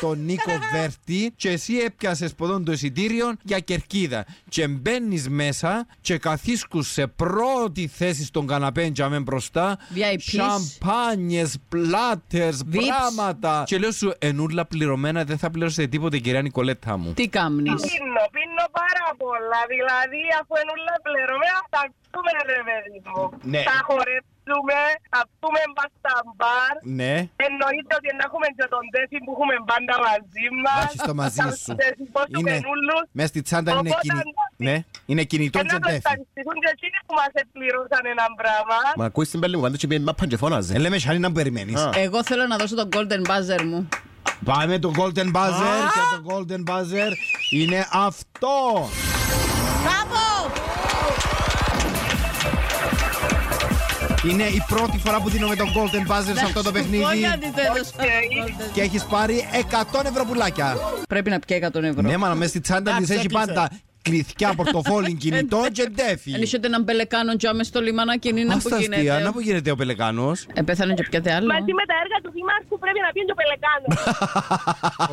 τον Νίκο Βέρτη και εσύ έπιασες ποδόν το εισιτήριο για κερκίδα και μπαίνεις μέσα και καθίσκους σε πρώτη θέση στον καναπέ για μεν μπροστά VIPs. σαμπάνιες, πλάτερς, πράγματα και λέω σου ενούλα πληρωμένα δεν θα πληρώσετε τίποτε κυρία Νικολέτα μου Τι κάμνεις. Πίνω, πίνω πάρα πολλά. Δηλαδή, αφού ενούλα πληρωμένα, θα πούμε ρε παιδί μου. Ναι. Θα χορέψουμε, θα πούμε μπας στα μπαρ. Ναι, Εννοείται ότι να έχουμε και τον τέσσι που έχουμε πάντα μαζί μας. να έχεις το μαζί σου. Είναι... Είναι, μέσα στη τσάντα είναι, Οπότε κινη... αντάξει. ναι, είναι κινητός Και να και το ντέφι. ευχαριστηθούν και εκείνοι που μας επληρώσαν έναν πράγμα. Μα ακούεις την πέλη μου, πάντα και πήγαινε μάπαν και φώναζε. Δεν Ε, λέμε σανή να περιμένεις. Α. Εγώ θέλω να δώσω τον golden buzzer μου. Πάμε το Golden Buzzer και το Golden Buzzer είναι αυτό. Μπράβο! Είναι η πρώτη φορά που δίνουμε τον Golden Buzzer σε αυτό το παιχνίδι Πόνια τη το έδωσα. Golden. και έχεις πάρει 100 ευρώ πουλάκια. Πρέπει να πιέει 100 ευρώ. Ναι, μα μέσα στη τσάντα της Εντάξει, έχει έκλεισε. πάντα κλειθιά, πορτοφόλι, κινητό και Εν ντέφι. είχε έναν πελεκάνο τζάμε στο λιμανάκι, είναι να που Άστα αστεία, να γίνεται. που γίνεται ο Πελεκάνος. Επέθανε και πιάτε άλλο. Μαζί με τα έργα του Δήμαρχου πρέπει να πιένει το πελεκάνο.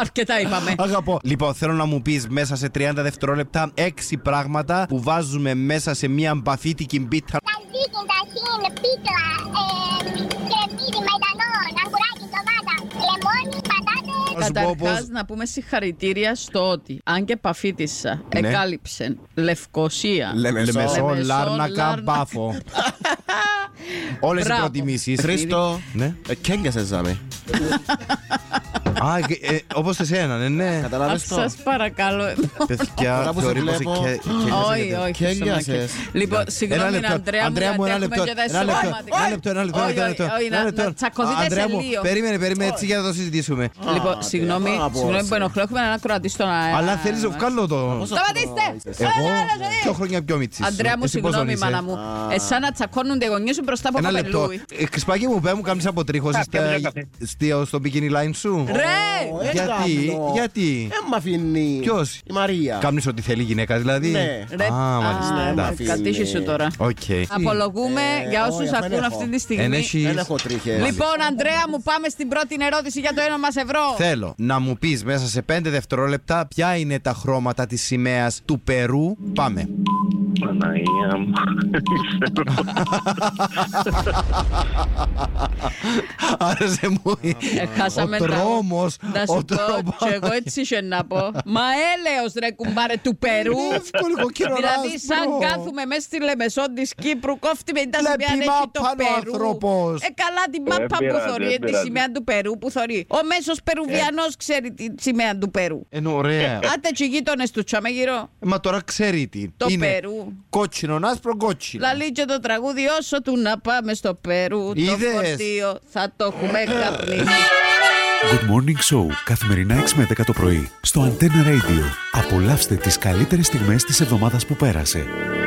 Αρκετά είπαμε. Αγαπώ. Λοιπόν, θέλω να μου πεις μέσα σε 30 δευτερόλεπτα 6 πράγματα που βάζουμε μέσα σε μια μπαφίτικη μπίτα. Καλδίκιν, ταχύν, πίτλα, ε, κρεμμύδι, μαϊντανόν, αγκουράκι, ντομάτα, λεμόνι, πατάτες. Να σου πω Καταρχάς, πως- να πούμε συγχαρητήρια στο ότι αν και παφίτησα, Ναι. εκάλυψε Λευκοσία, Λεμεσό. Λεμεσό, Λεμεσό, Λάρνακα, Λάρνακα. Μπάφο. Όλες οι Μπράβο. προτιμήσεις. Χρήστο, Ναι. ε, κέγκιασες ζάμε. Α, ε, ε, όπως εσένα, ναι, ναι. Καταλάβες το. Σα παρακαλώ. Ε, Παιδιά, Τώρα που σε θεωρεί πως βλέπω. και- και- Όχι, όχι. Κέγγιασες. Χριστουμάκη. Λοιπόν, συγγνώμη, Αντρέα μου, Αντρέα μου, ένα γιατί λεπτό. έχουμε και τα Ένα λεπτό, εσωματικά. ένα λεπτό, ένα λεπτό, Όχι, ένα όχι, λεπτό, όχι, ένα να- λεπτό. Να τσακωθείτε Αντρέα σε μου, λίγο. Περίμενε, περίμενε, έτσι για να το συζητήσουμε. Λοιπόν, Άντε, συγγνώμη, πάρα πολύ. συγγνώμη που ενοχλώ, έχουμε έναν ακροατή στον αέρα. Αλλά θέλεις να βγάλω το. Ε, Σταματήστε! Εγώ, Έλα, έλα, πιο χρόνια πιο μίτσι. Αντρέα μου, συγγνώμη, μάνα μου. Εσά να τσακώνονται οι γονεί σου μπροστά από Ένα λεπτό. καπελούι. Ε, Κρυσπάκι μου, πέ μου, κάνεις αποτρίχωση Καφέ, στα- καφέ, καφέ. στη- στο bikini line σου. Ρε! Ω, ε, Γιατί, γαμνό. γιατί. Ε, μ' αφήνει. Ποιος? Η Μαρία. Κάνεις ό,τι θέλει η γυναίκα, δηλαδή. Ναι. Ρε, Α, μάλιστα. ναι, εντάξει. φίλε. Κατήχη σου τώρα. Οκ. Απολογούμε Ε, για όχι, όσου αφού ακούν έχω. αυτή τη Εν στιγμή. έχεις- Δεν έχω τρίχες. Λοιπόν, Αντρέα μου, πάμε στην πρώτη ερώτηση για το ένα μας ευρώ. Θέλω να μου πεις μέσα σε 5 δευτερόλεπτα ποια είναι τα χρώματα της σημαίας του Περού. Πάμε. Παναγία μου. Άρεσε μου. Ε, χάσαμε Ο τα- τρόμος. Να Ο σου πω, τρόμος. και εγώ έτσι είχε να πω. Μα έλεος ρε κουμπάρε του Περού. Είναι εύκολο, κοκκινό Δηλαδή, λάσπρο. σαν κάθουμε μέσα στη Λεμεσό τη Κύπρου, κόφτη με ήταν Βλέπει σημαία να έχει το μάπα ο Περού. άνθρωπος. Ε, καλά την Ε, μάπα που πειράζει, θωρεί, ε, τη πειράζει. Ε. σημαία του Περού που θωρεί. Ο μέσος Περουβιανός ξέρει τη σημαία του Περού. Είναι ωραία. Άντε, και οι γείτονε του τσαμέγυρο. Ε, Μα τώρα ξέρει τι. Το είναι Περού. Κότσινο, άσπρο κότσινο. Λαλεί και το τραγούδι όσο του να πάμε στο Περού Είδες. Το φορτίο θα το έχουμε καπνίσει Good Morning Show, καθημερινά 6 με 10 το πρωί, στο Antenna Radio. Απολαύστε τις καλύτερες στιγμές της εβδομάδας που πέρασε.